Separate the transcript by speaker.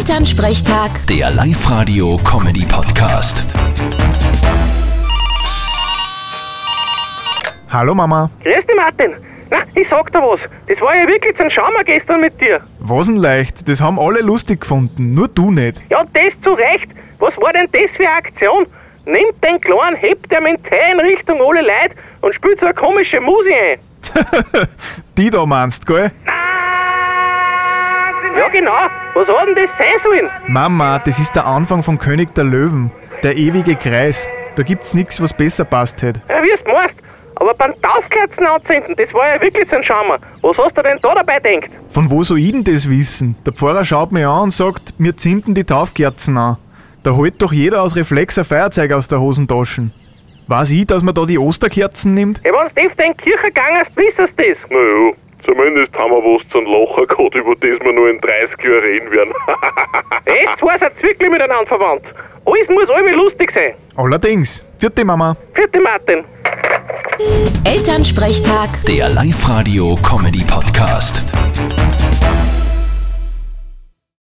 Speaker 1: Elternsprechtag,
Speaker 2: Der Live-Radio-Comedy-Podcast.
Speaker 3: Hallo Mama,
Speaker 4: Grüß dich, Martin. Na, ich sag dir was. Das war ja wirklich ein Schammer gestern mit dir.
Speaker 3: was denn leicht? Das haben alle lustig gefunden, nur du nicht.
Speaker 4: Ja, das zu Recht. Was war denn das für eine Aktion? Nimmt den Kleinen, hebt er mit Tee in Richtung alle Leute und spielt so eine komische Musik ein.
Speaker 3: Die da meinst, gell?
Speaker 4: Ja, genau. Was hat denn das sein sollen?
Speaker 3: Mama, das ist der Anfang von König der Löwen, der ewige Kreis. Da gibt's nix, was besser passt hätte.
Speaker 4: Ja, wie es meinst. Aber beim Taufkerzen anzünden, das war ja wirklich ein Schammer. Was hast du denn da dabei denkt?
Speaker 3: Von wo soll ich denn das wissen? Der Pfarrer schaut mich an und sagt, wir zünden die Taufkerzen an. Da holt doch jeder aus Reflex ein Feuerzeug aus der Hosentaschen. Weiß ich, dass man da die Osterkerzen nimmt?
Speaker 4: Ja, wenn du öfter in die Kirche gegangen bist, wissest du das.
Speaker 5: Naja, zumindest haben wir was zum Lachen gehabt, über das wir nur in 30 Jahren reden werden.
Speaker 4: Jetzt zwei sind wirklich miteinander verwandt. Alles muss irgendwie lustig sein.
Speaker 3: Allerdings. Vierte Mama.
Speaker 4: Vierte Martin.
Speaker 1: Elternsprechtag.
Speaker 2: Der Live-Radio-Comedy-Podcast.